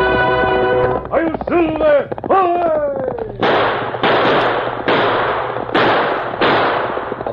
I'll Silver! Away! A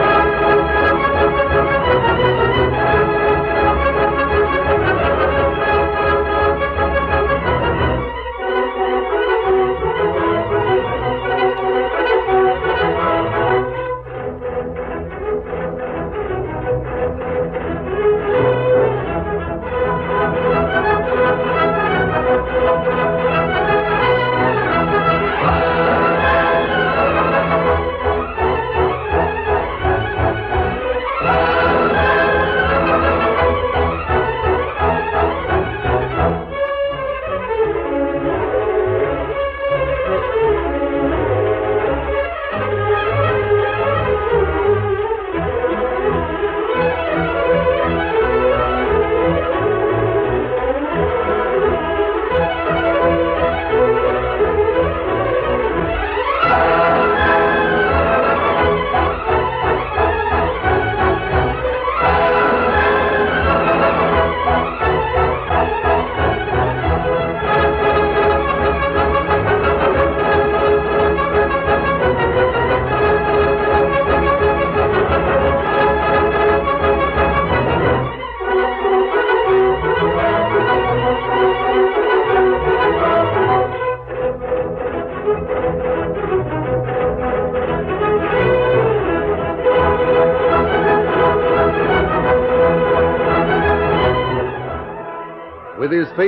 With his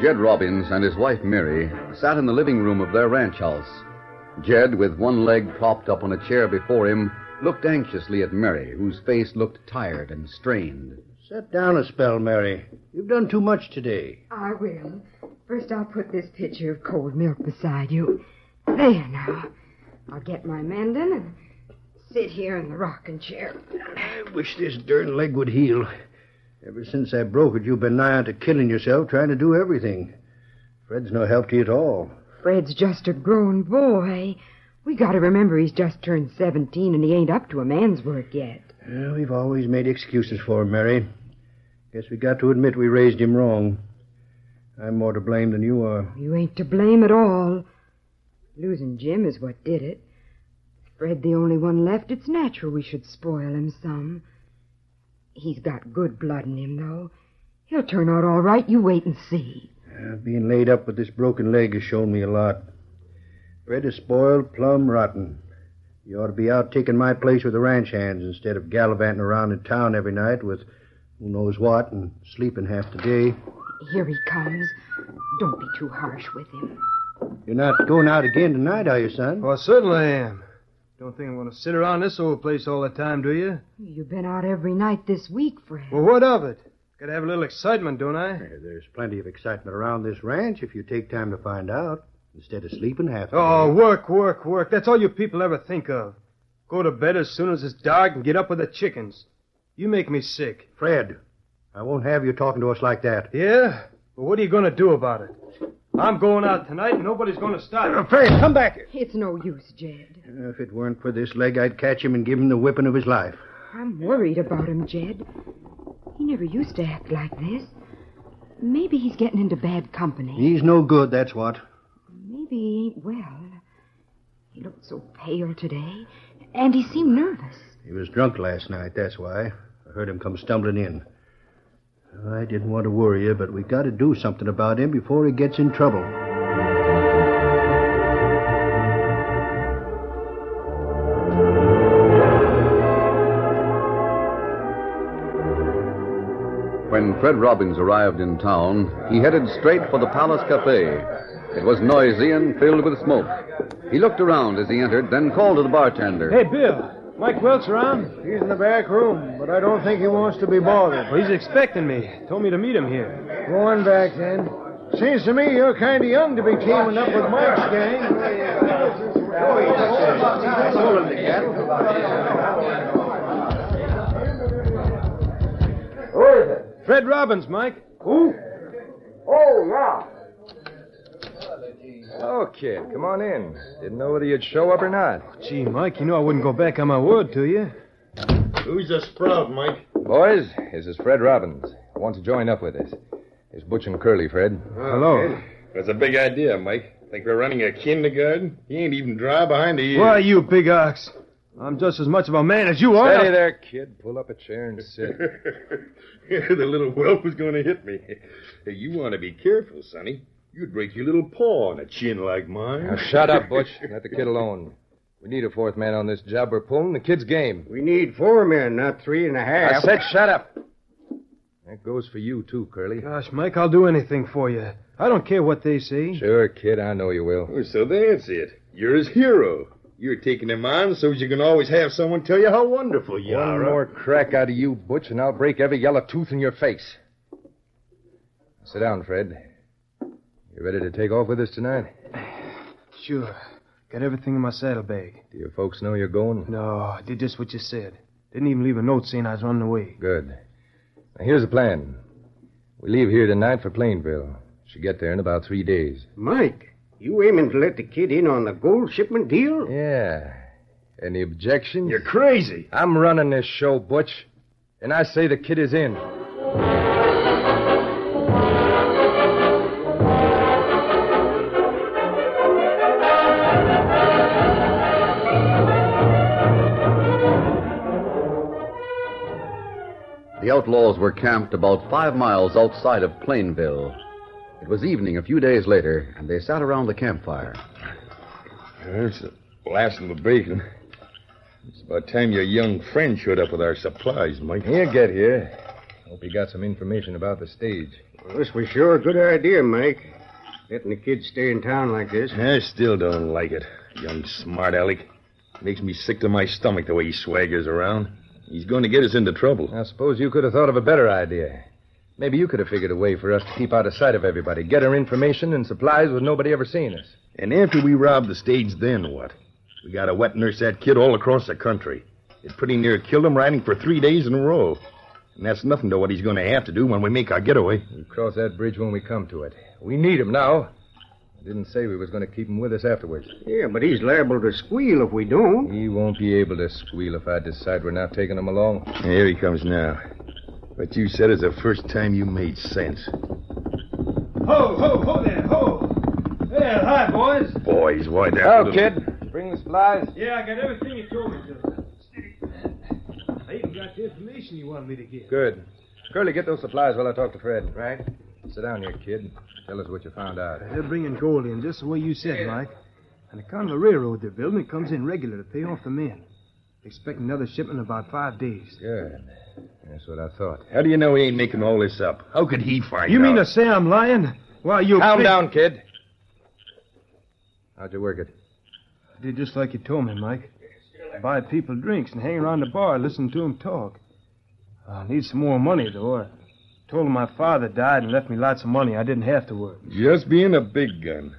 Jed Robbins and his wife Mary sat in the living room of their ranch house. Jed, with one leg propped up on a chair before him, looked anxiously at Mary, whose face looked tired and strained. Sit down a spell, Mary. You've done too much today. I will. First, I'll put this pitcher of cold milk beside you. There now. I'll get my mending and sit here in the rocking chair. I wish this darn leg would heal. Ever since I broke it, you've been nigh on to killing yourself trying to do everything. Fred's no help to you at all. Fred's just a grown boy. We gotta remember he's just turned 17 and he ain't up to a man's work yet. Yeah, we've always made excuses for him, Mary. Guess we got to admit we raised him wrong. I'm more to blame than you are. You ain't to blame at all. Losing Jim is what did it. Fred the only one left, it's natural we should spoil him some. He's got good blood in him, though. He'll turn out all right, you wait and see. Uh, being laid up with this broken leg has shown me a lot. Fred is spoiled plumb rotten. You ought to be out taking my place with the ranch hands instead of gallivanting around in town every night with who knows what and sleeping half the day. Here he comes. Don't be too harsh with him. You're not going out again tonight, are you, son? Well, I certainly am. Don't think I'm going to sit around this old place all the time, do you? You've been out every night this week, Fred. Well, what of it? Got to have a little excitement, don't I? Hey, There's plenty of excitement around this ranch if you take time to find out instead of sleeping half the Oh, day. work, work, work. That's all you people ever think of. Go to bed as soon as it's dark and get up with the chickens. You make me sick. Fred, I won't have you talking to us like that. Yeah? Well, what are you going to do about it? I'm going out tonight and nobody's going to stop me. Fred, come back here. It's no use, Jed. If it weren't for this leg, I'd catch him and give him the whipping of his life. I'm worried about him, Jed. He never used to act like this. Maybe he's getting into bad company. He's no good, that's what. Maybe he ain't well. He looked so pale today, and he seemed nervous. He was drunk last night, that's why. I heard him come stumbling in. I didn't want to worry you, but we got to do something about him before he gets in trouble. When Fred Robbins arrived in town, he headed straight for the Palace Cafe. It was noisy and filled with smoke. He looked around as he entered, then called to the bartender. Hey, Bill. Mike Welch around? He's in the back room, but I don't think he wants to be bothered. Well, he's expecting me. Told me to meet him here. Go on back then. Seems to me you're kind of young to be teaming up with Mike's gang. Who is it? Fred Robbins, Mike. Who? Oh, yeah. Oh, kid, come on in. Didn't know whether you'd show up or not. Gee, Mike, you know I wouldn't go back on my word to you. Who's the sprout, Mike? Boys, this is Fred Robbins. Wants to join up with us. It's Butch and Curly, Fred. Hello. That's a big idea, Mike. Think we're running a kindergarten? He ain't even dry behind the ears. Why, you big ox. I'm just as much of a man as you are. Steady there, kid. Pull up a chair and sit. the little whelp was going to hit me. Hey, you want to be careful, Sonny. You'd break your little paw on a chin like mine. Now, shut up, Butch. Let the kid alone. We need a fourth man on this job. We're pulling the kid's game. We need four men, not three and a I half. said shut up. That goes for you, too, Curly. Gosh, Mike, I'll do anything for you. I don't care what they say. Sure, kid, I know you will. Oh, so that's it. You're his hero. You're taking him on so you can always have someone tell you how wonderful you One are. more crack out of you, Butch, and I'll break every yellow tooth in your face. Sit down, Fred. You ready to take off with us tonight? Sure. Got everything in my saddlebag. Do your folks know you're going? No, I did just what you said. Didn't even leave a note saying I was running away. Good. Now, here's the plan. We leave here tonight for Plainville. Should get there in about three days. Mike, you aiming to let the kid in on the gold shipment deal? Yeah. Any objections? You're crazy. I'm running this show, Butch. And I say the kid is in. The outlaws were camped about five miles outside of Plainville. It was evening a few days later, and they sat around the campfire. That's the last of the bacon. It's about time your young friend showed up with our supplies, Mike. He'll get here. Hope you got some information about the stage. This was sure a good idea, Mike. Letting the kid stay in town like this. I still don't like it. Young smart aleck. Makes me sick to my stomach the way he swaggers around. He's going to get us into trouble. Now, suppose you could have thought of a better idea. Maybe you could have figured a way for us to keep out of sight of everybody, get our information and supplies with nobody ever seeing us. And after we rob the stage, then what? We got to wet nurse that kid all across the country. It pretty near killed him riding for three days in a row. And that's nothing to what he's going to have to do when we make our getaway. We cross that bridge when we come to it. We need 'em now. I didn't say we was going to keep 'em with us afterwards. Yeah, but he's liable to squeal if we don't. He won't be able to squeal if I decide we're not taking him along. Here he comes now. What you said is the first time you made sense. Ho, ho, ho there, ho! Well, hi, boys. Boys, why that? Oh, little- kid, bring the supplies. Yeah, I got everything you told me to. I even got the information you wanted me to get. Good. Curly, get those supplies while I talk to Fred. Right. Sit down here, kid. Tell us what you found out. They're bringing gold in just the way you said, Mike. On account of the railroad they're building, it comes in regular to pay off the men. Expect another shipment in about five days. Good. That's what I thought. How do you know he ain't making all this up? How could he find You out? mean to say I'm lying? Why, you. Calm big- down, kid. How'd you work it? I did just like you told me, Mike. Buy people drinks and hang around the bar, listen to 'em talk. I need some more money, though. I told 'em my father died and left me lots of money. I didn't have to work. Just being a big gun.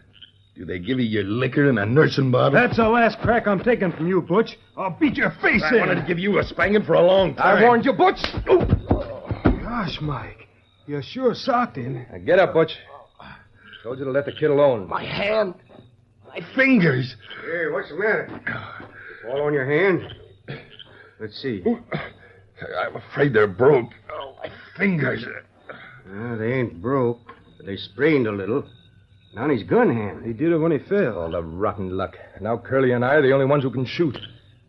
Do they give you your liquor in a nursing bottle? That's the last crack I'm taking from you, Butch. I'll beat your face I in. wanted to give you a spanking for a long time. I warned you, Butch. Gosh, Mike, you're sure socked in. Now get up, Butch. Told you to let the kid alone. My hand. My fingers. Hey, what's the matter? Fall on your hand? Let's see. I'm afraid they're broke. Oh, my fingers. Well, they ain't broke, but they sprained a little. Now he's gun hand. He did it when he fell. All the rotten luck. Now Curly and I are the only ones who can shoot.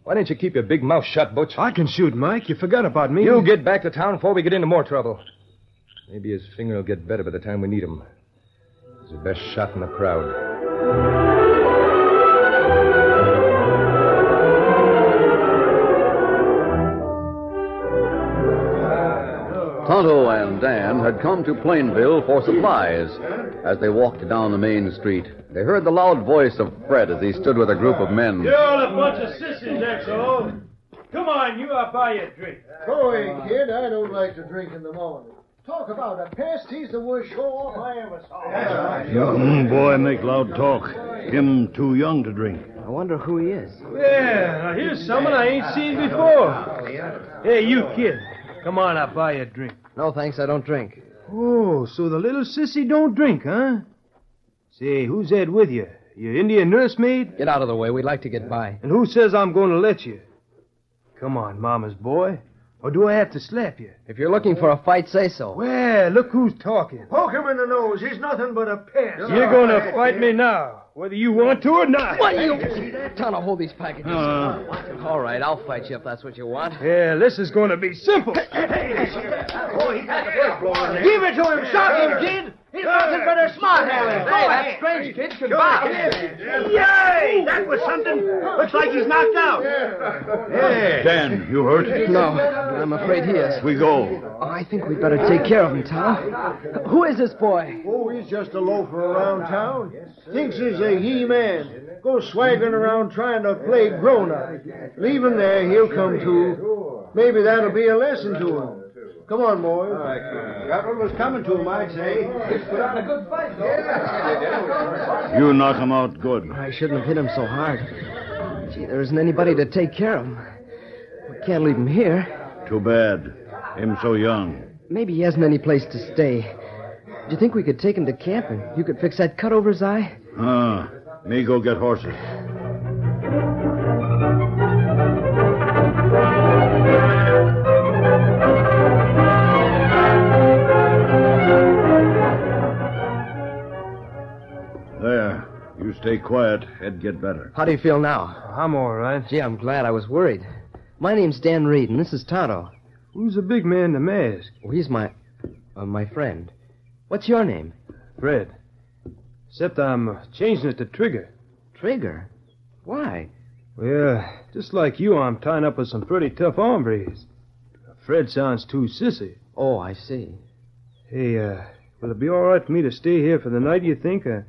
Why didn't you keep your big mouth shut, Butch? I can shoot, Mike. You forgot about me. Hmm. You get back to town before we get into more trouble. Maybe his finger will get better by the time we need him. He's the best shot in the crowd. Tonto and Dan had come to Plainville for supplies. As they walked down the main street, they heard the loud voice of Fred as he stood with a group of men. You're all a bunch of sissies, that's all. Come on, you, I'll buy you a drink. Going, kid, I don't like to drink in the morning. Talk about a pest. He's the worst show off I ever saw. Young boy make loud talk. Him too young to drink. I wonder who he is. Yeah, now here's someone I ain't seen before. Hey, you kid. Come on, I'll buy you a drink. No, thanks, I don't drink. Oh, so the little sissy don't drink, huh? Say, who's that with you? Your Indian nursemaid? Get out of the way. We'd like to get by. And who says I'm going to let you? Come on, Mama's boy. Or do I have to slap you? If you're looking for a fight, say so. Well, look who's talking. Poke him in the nose. He's nothing but a pest. You're going to fight me now, whether you want to or not. What are you? Tonto, hold these packages. All right, I'll fight you if that's what you want. Yeah, this is going to be simple. Give it to him. Stop him, kid. He's nothing but a smart aleck. Hey, that strange kid can bark. Yay! That was something. Looks like he's knocked out. Hey. Dan, you hurt? No, I'm afraid he is. We go. Oh, I think we'd better take care of him, Tonto. Who is this boy? Oh, he's just a loafer around town. Thinks he's a he-man. Goes swaggering around trying to play grown-up. Leave him there. He'll come to. Maybe that'll be a lesson to him. Come on, boys. That one was coming to him, I'd say. put on a good fight, You knock him out good. I shouldn't have hit him so hard. Gee, there isn't anybody to take care of him. We can't leave him here. Too bad. Him so young. Maybe he hasn't any place to stay. Do you think we could take him to camp and you could fix that cut over his eye? Ah, me go get horses. There. You stay quiet. Head get better. How do you feel now? I'm all right. Gee, I'm glad I was worried. My name's Dan Reed, and this is Tonto. Who's the big man in the mask? Well, Oh, he's my, uh, my friend. What's your name? Fred. Except I'm uh, changing it to Trigger. Trigger. Why? Well, just like you, I'm tying up with some pretty tough hombres. Fred sounds too sissy. Oh, I see. Hey, uh, will it be all right for me to stay here for the night, you think? Uh,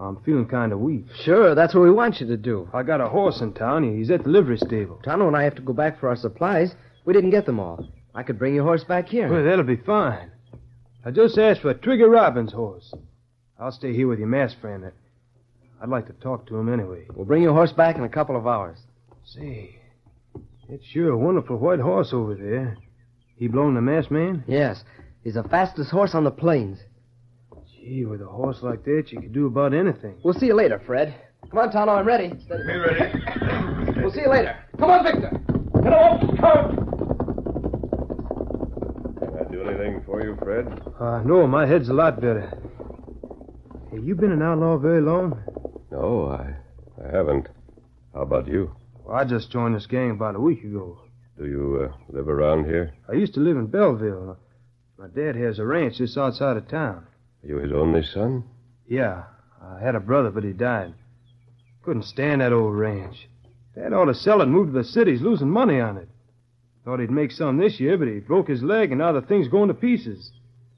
I'm feeling kind of weak. Sure, that's what we want you to do. I got a horse in town. He's at the livery stable. Tonto and I have to go back for our supplies. We didn't get them all. I could bring your horse back here. Well, that'll be fine. I just asked for Trigger Robbins' horse. I'll stay here with your mask friend. I'd like to talk to him anyway. We'll bring your horse back in a couple of hours. Say, it's sure a wonderful white horse over there. He blown the masked man? Yes, he's the fastest horse on the plains. Gee, with a horse like that, you could do about anything. We'll see you later, Fred. Come on, Tonto, I'm ready. Be ready. We'll see you later. Come on, Victor. Get off the cart. Can I do anything for you, Fred? Uh, no, my head's a lot better. Hey, you been an outlaw very long? No, I, I haven't. How about you? Well, I just joined this gang about a week ago. Do you uh, live around here? I used to live in Belleville. My dad has a ranch just outside of town. Are you his only son? Yeah, I had a brother, but he died. Couldn't stand that old ranch. Dad ought to sell it and move to the city. He's losing money on it. Thought he'd make some this year, but he broke his leg, and now the thing's going to pieces.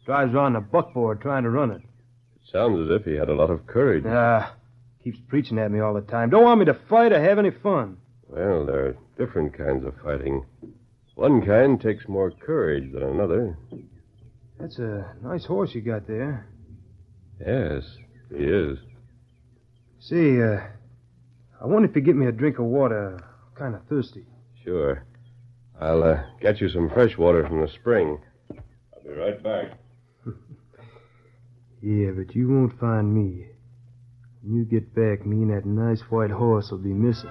Drives around a buckboard trying to run it. Sounds as if he had a lot of courage. Ah, keeps preaching at me all the time. Don't want me to fight or have any fun. Well, there are different kinds of fighting. One kind takes more courage than another. That's a nice horse you got there. Yes, he is. Say, uh, I wonder if you get me a drink of water. I'm kind of thirsty. Sure. I'll uh, get you some fresh water from the spring. I'll be right back. Yeah, but you won't find me. When you get back, me and that nice white horse will be missing.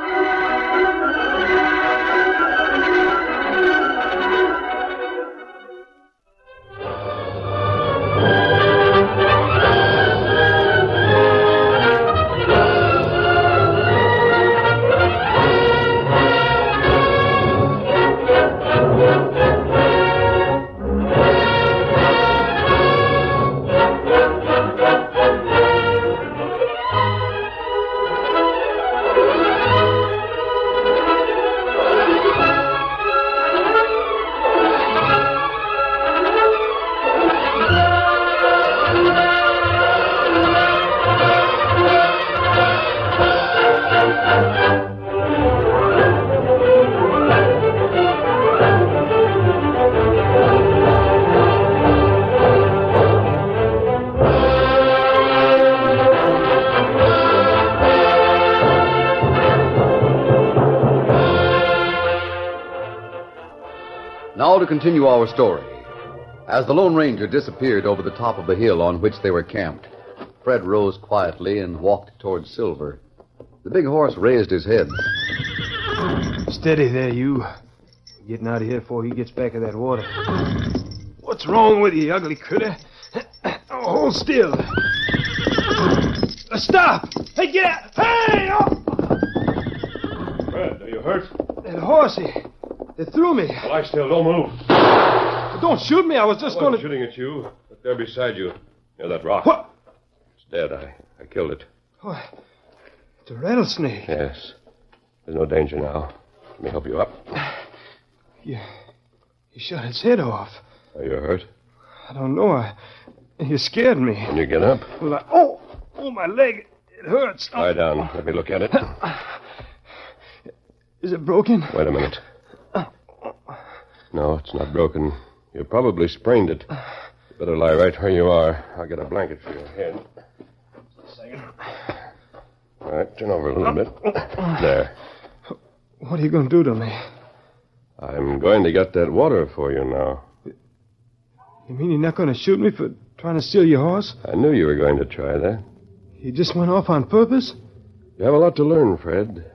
Now to continue our story. As the Lone Ranger disappeared over the top of the hill on which they were camped, Fred rose quietly and walked toward Silver. The big horse raised his head. Steady there, you. Getting out of here before he gets back of that water. What's wrong with you, you ugly critter? Oh, hold still. Uh, Stop! Hey, get out! Hey! Oh, Fred, are you hurt? that horse, he, it threw me. Well, I still don't move. Don't shoot me. I was just I going wasn't to. shooting at you, but there beside you, near that rock. What? It's dead. I, I killed it. Oh, it's a rattlesnake. Yes. There's no danger now. Let me help you up. He shot its head off. Are you hurt? I don't know. Oh, I, you scared me. Can you get up? Well, I, oh, oh, my leg. It hurts. Oh, Lie down. Let me look at it. is it broken? Wait a minute. No, it's not broken. You probably sprained it. You better lie right where you are. I'll get a blanket for your head. All right, turn over a little bit. There. What are you going to do to me? I'm going to get that water for you now. You mean you're not going to shoot me for trying to steal your horse? I knew you were going to try that. He just went off on purpose? You have a lot to learn, Fred.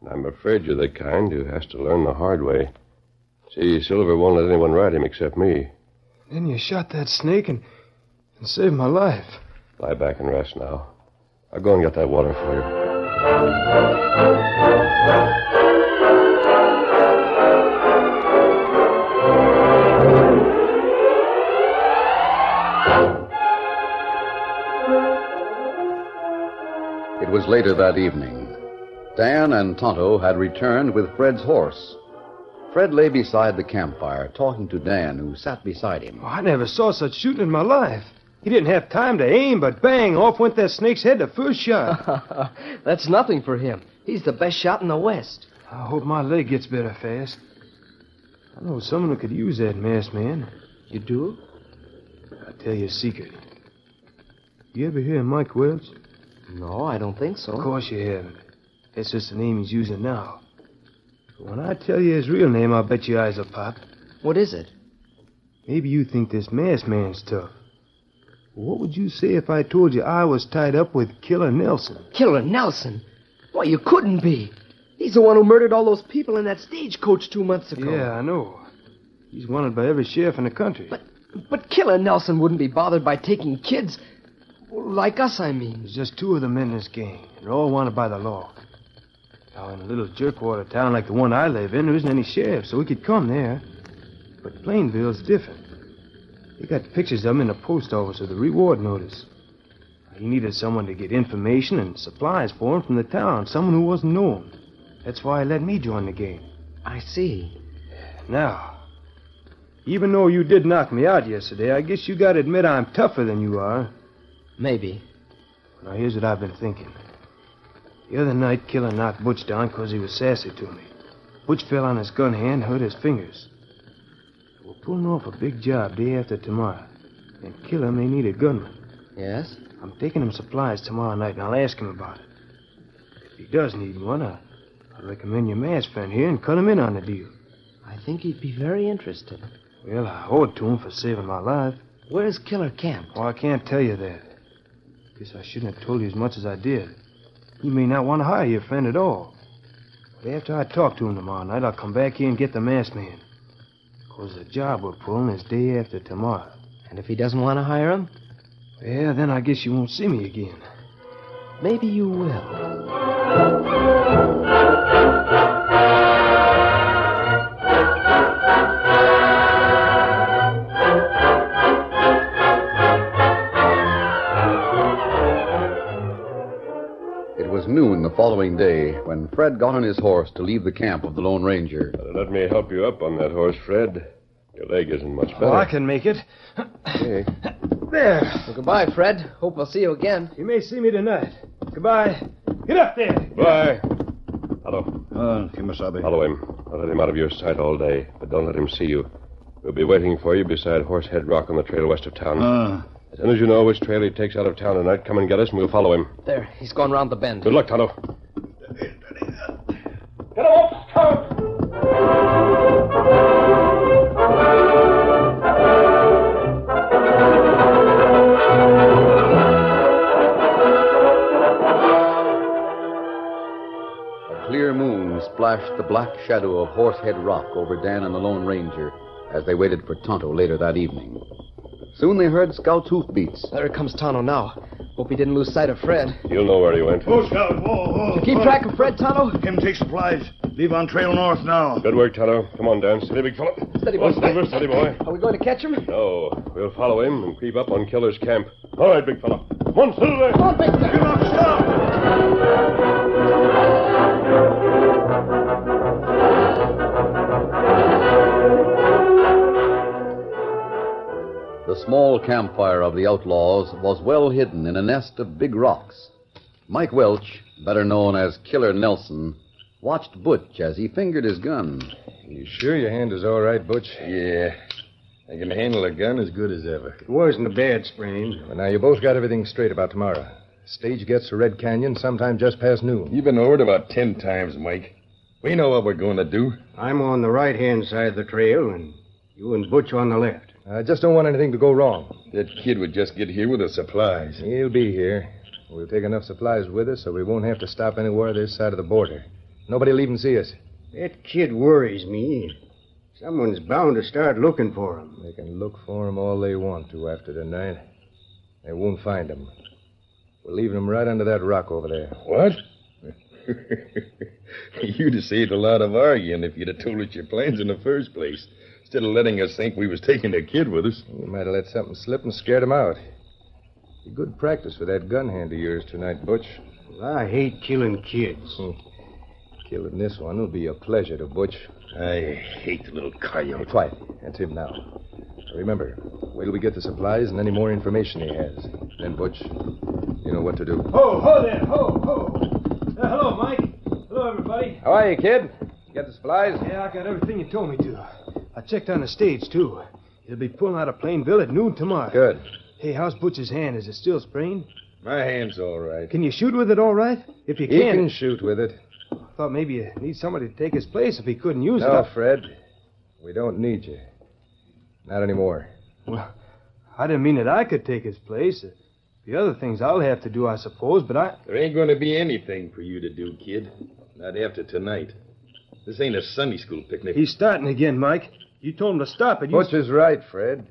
And I'm afraid you're the kind who has to learn the hard way. See, Silver won't let anyone ride him except me. Then you shot that snake and, and saved my life. Lie back and rest now. I'll go and get that water for you. It was later that evening. Dan and Tonto had returned with Fred's horse. Fred lay beside the campfire, talking to Dan, who sat beside him. Oh, I never saw such shooting in my life. He didn't have time to aim, but bang, off went that snake's head the first shot. That's nothing for him. He's the best shot in the West. I hope my leg gets better fast. I know someone who could use that mask, man. You do? I'll tell you a secret. You ever hear of Mike Welch? No, I don't think so. Of course you haven't. That's just the name he's using now. But when I tell you his real name, I'll bet your eyes will pop. What is it? Maybe you think this masked man's tough. What would you say if I told you I was tied up with Killer Nelson? Killer Nelson. Why, you couldn't be. He's the one who murdered all those people in that stagecoach two months ago. Yeah, I know. He's wanted by every sheriff in the country. But, but Killer Nelson wouldn't be bothered by taking kids. Like us, I mean. There's just two of them in this gang. They're all wanted by the law. Now, in a little jerkwater town like the one I live in, there isn't any sheriff, so we could come there. But Plainville's different. They got pictures of him in the post office with a reward notice. He needed someone to get information and supplies for him from the town, someone who wasn't known. That's why he let me join the gang. I see. Now, even though you did knock me out yesterday, I guess you gotta admit I'm tougher than you are. Maybe. Now, here's what I've been thinking. The other night, Killer knocked Butch down 'cause he was sassy to me. Butch fell on his gun hand, hurt his fingers. We're pulling off a big job day after tomorrow, and Killer may need a gunman. Yes? I'm taking him supplies tomorrow night, and I'll ask him about it. If he does need one, I, I recommend your mass friend here and cut him in on the deal. I think he'd be very interested. Well, I owe it to him for saving my life. Where's Killer Camp? Oh, I can't tell you that. Guess I shouldn't have told you as much as I did. He may not want to hire your friend at all. But after I talk to him tomorrow night, I'll come back here and get the masked man. Because the job we're pulling is day after tomorrow. And if he doesn't want to hire him? Yeah, then I guess you won't see me again. Maybe you will. It was noon the following day when Fred got on his horse to leave the camp of the Lone Ranger. Let me help you up on that horse, Fred. Your leg isn't much better. Well, I can make it. Okay. There. Well, goodbye, Fred. Hope I'll see you again. You may see me tonight. Goodbye. Get up there. Bye. Hello. Uh, Kimasabe. Follow him. I'll let him out of your sight all day, but don't let him see you. We'll be waiting for you beside Horsehead Rock on the trail west of town. Ah. As soon as you know which trail he takes out of town tonight, come and get us, and we'll follow him. There, he's gone round the bend. Good luck, Tonto. A clear moon splashed the black shadow of Horsehead Rock over Dan and the Lone Ranger as they waited for Tonto later that evening. Soon they heard Scout's hoofbeats. There comes Tonto now. Hope he didn't lose sight of Fred. You'll know where he went. Who's out? Whoa, whoa. Keep track of Fred, Tonto. Him take supplies. Leave on trail north now. Good work, Tonto. Come on, Dan. Steady, big fellow. Steady, boy. Oh, Silver, steady, boy. Are we going to catch him? No, we'll follow him and creep up on Killer's camp. All right, big fellow. Come on, Silver. Come on, Big Dick. The small campfire of the outlaws was well hidden in a nest of big rocks. Mike Welch, better known as Killer Nelson, watched Butch as he fingered his gun. You sure your hand is all right, Butch? Yeah. I can handle a gun as good as ever. It wasn't a bad sprain. Well, now, you both got everything straight about tomorrow. Stage gets to Red Canyon sometime just past noon. You've been over it about ten times, Mike. We know what we're going to do. I'm on the right hand side of the trail, and you and Butch on the left. I just don't want anything to go wrong. That kid would just get here with the supplies. He'll be here. We'll take enough supplies with us so we won't have to stop anywhere this side of the border. Nobody'll even see us. That kid worries me. Someone's bound to start looking for him. They can look for him all they want to after tonight. They won't find him. We're leaving him right under that rock over there. What? you'd have saved a lot of arguing if you'd have told us your plans in the first place, instead of letting us think we was taking the kid with us. You might have let something slip and scared him out. Be good practice with that gun hand of yours tonight, Butch. Hmm. I hate killing kids. Killing this one will be a pleasure to Butch. I hate the little coyote. Quiet. That's him now. Remember, wait till we get the supplies and any more information he has. Then, Butch, you know what to do. Ho, ho there, ho, ho. Uh, hello, Mike. Hello, everybody. How are you, kid? Get the supplies? Yeah, I got everything you told me to. I checked on the stage, too. It'll be pulling out of Plainville at noon tomorrow. Good. Hey, how's Butch's hand? Is it still sprained? My hand's all right. Can you shoot with it all right? If you He can. can shoot with it. I thought maybe you need somebody to take his place if he couldn't use No, it. Fred. We don't need you. Not anymore. Well, I didn't mean that I could take his place. The other things I'll have to do, I suppose, but I. There ain't going to be anything for you to do, kid. Not after tonight. This ain't a Sunday school picnic. He's starting again, Mike. You told him to stop it. You... Butch is right, Fred.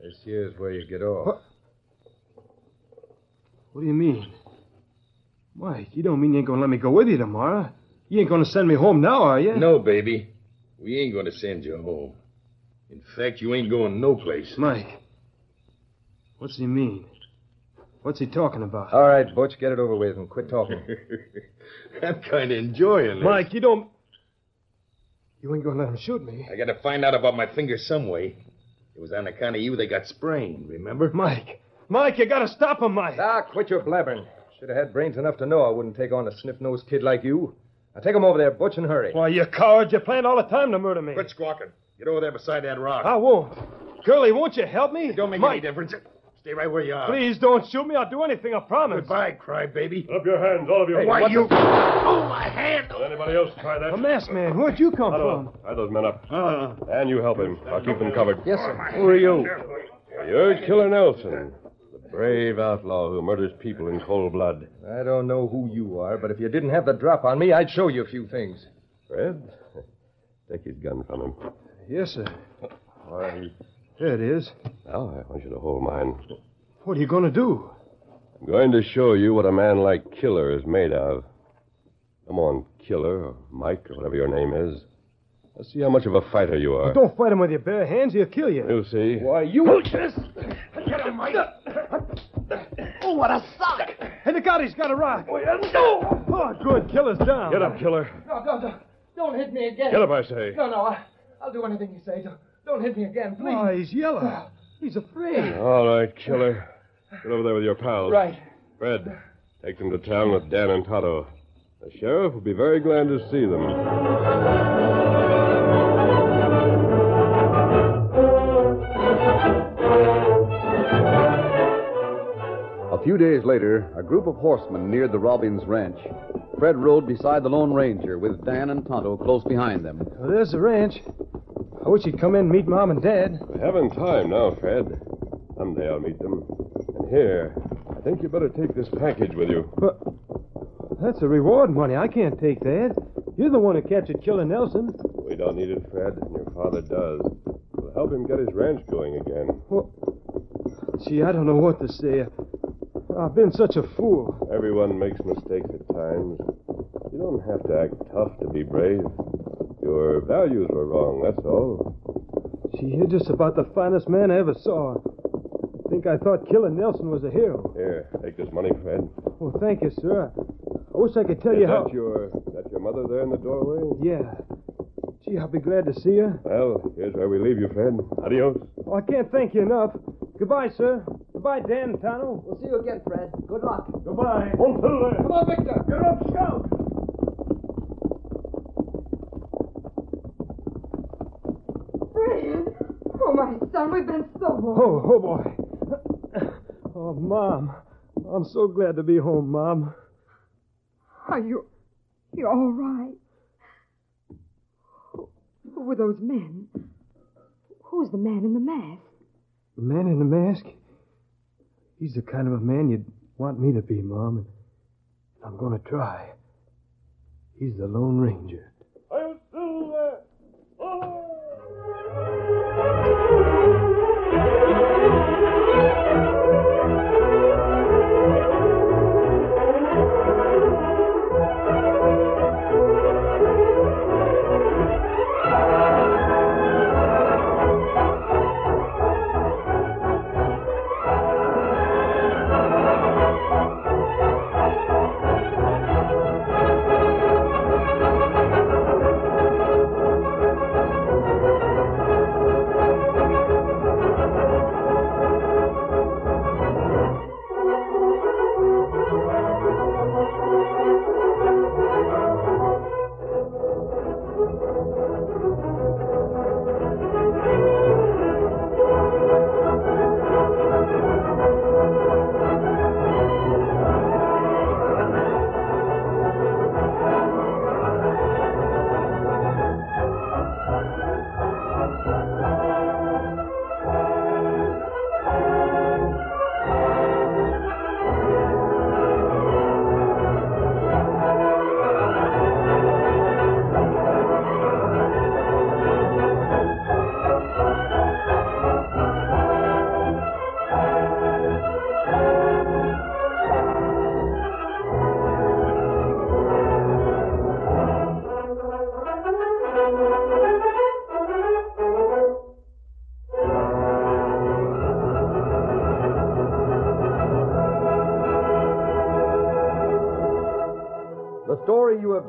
This here's where you get off. What? What do you mean? Mike, you don't mean you ain't gonna let me go with you tomorrow? You ain't gonna send me home now, are you? No, baby. We ain't going to send you home. In fact, you ain't going no place. Mike. What's he mean? What's he talking about? All right, Butch, get it over with and quit talking. I'm kind of enjoying this. Mike, you don't. You ain't gonna let him shoot me. I got to find out about my finger some way. It was on account of you they got sprained, remember? Mike. Mike, you gotta stop him, Mike. ah, quit your blabbering. Should have had brains enough to know I wouldn't take on a sniff-nosed kid like you. Now take him over there, Butch, and hurry. Why, you coward. You planned all the time to murder me. Quit squawking. Get over there beside that rock. I won't. Curly, won't you help me? Don't make any Mike, difference. Stay right where you are. Please don't shoot me. I'll do anything, I promise. Goodbye, crybaby. Up your hands, all of you. Why What you? the- Oh, my hand! Will anybody else try that? The masked man, where'd you come Tonto, tie those men up. Uh-huh. Uh, And you help him. I'll keep them covered. Yes, sir. Who are you? You heard Killer Nelson, the brave outlaw who murders people in cold blood. I don't know who you are, but if you didn't have the drop on me, I'd show you a few things. Fred, take his gun from him. Yes, sir. Here it is. Now, I want you to hold mine. What are you going to do? I'm going to show you what a man like Killer is made of. Come on, Killer, or Mike, or whatever your name is. Let's see how much of a fighter you are. Don't fight him with your bare hands. He'll kill you. You'll see. Why, you... this! Get him, Mike. Oh, what a sock! And the god, he's got a rock. No! Oh, good. Killer's down. Get up, Killer. No, no, no. Don't hit me again. Get up, I say. No, no, I, I'll do anything you say. Don't, don't hit me again, please. Why, Ah, he's yellow. He's afraid. All right, Killer. Get over there with your pals. Right. Fred, take them to town with Dan and Toto. The sheriff will be very glad to see them. A few days later, a group of horsemen neared the Robbins ranch. Fred rode beside the Lone Ranger with Dan and Tonto close behind them. Well, there's the ranch. I wish he'd come in and meet Mom and Dad. We haven't time now, Fred. Someday I'll meet them. And here, I think you better take this package with you. But that's a reward money. I can't take that. You're the one who captured Killer Nelson. We don't need it, Fred, and your father does. We'll help him get his ranch going again. Well, gee, I don't know what to say. I've been such a fool. Everyone makes mistakes at times. You don't have to act tough to be brave. Your values were wrong, that's all. Gee, you're just about the finest man I ever saw. I think I thought Killer Nelson was a hero. Here, take this money, Fred. Well, thank you, sir. I wish I could tell Is you that how. your that your mother there in the doorway? Yeah. Gee, I'll be glad to see you. Well, here's where we leave you, Fred. Adios. Oh, I can't thank you enough. Goodbye, sir. Goodbye, Dan and Tano. We'll see you again, Fred. Good luck. Goodbye. Come on, Victor. Get up, Scout. Fred! Oh, my son, we've been so long. Oh, oh boy. Oh, Mom. I'm so glad to be home, Mom. Are you. You're all right? Who- Who were those men? Who's the man in the mask? The man in the mask? He's the kind of a man you'd want me to be, Mom, and I'm going to try. He's the Lone Ranger. The story you have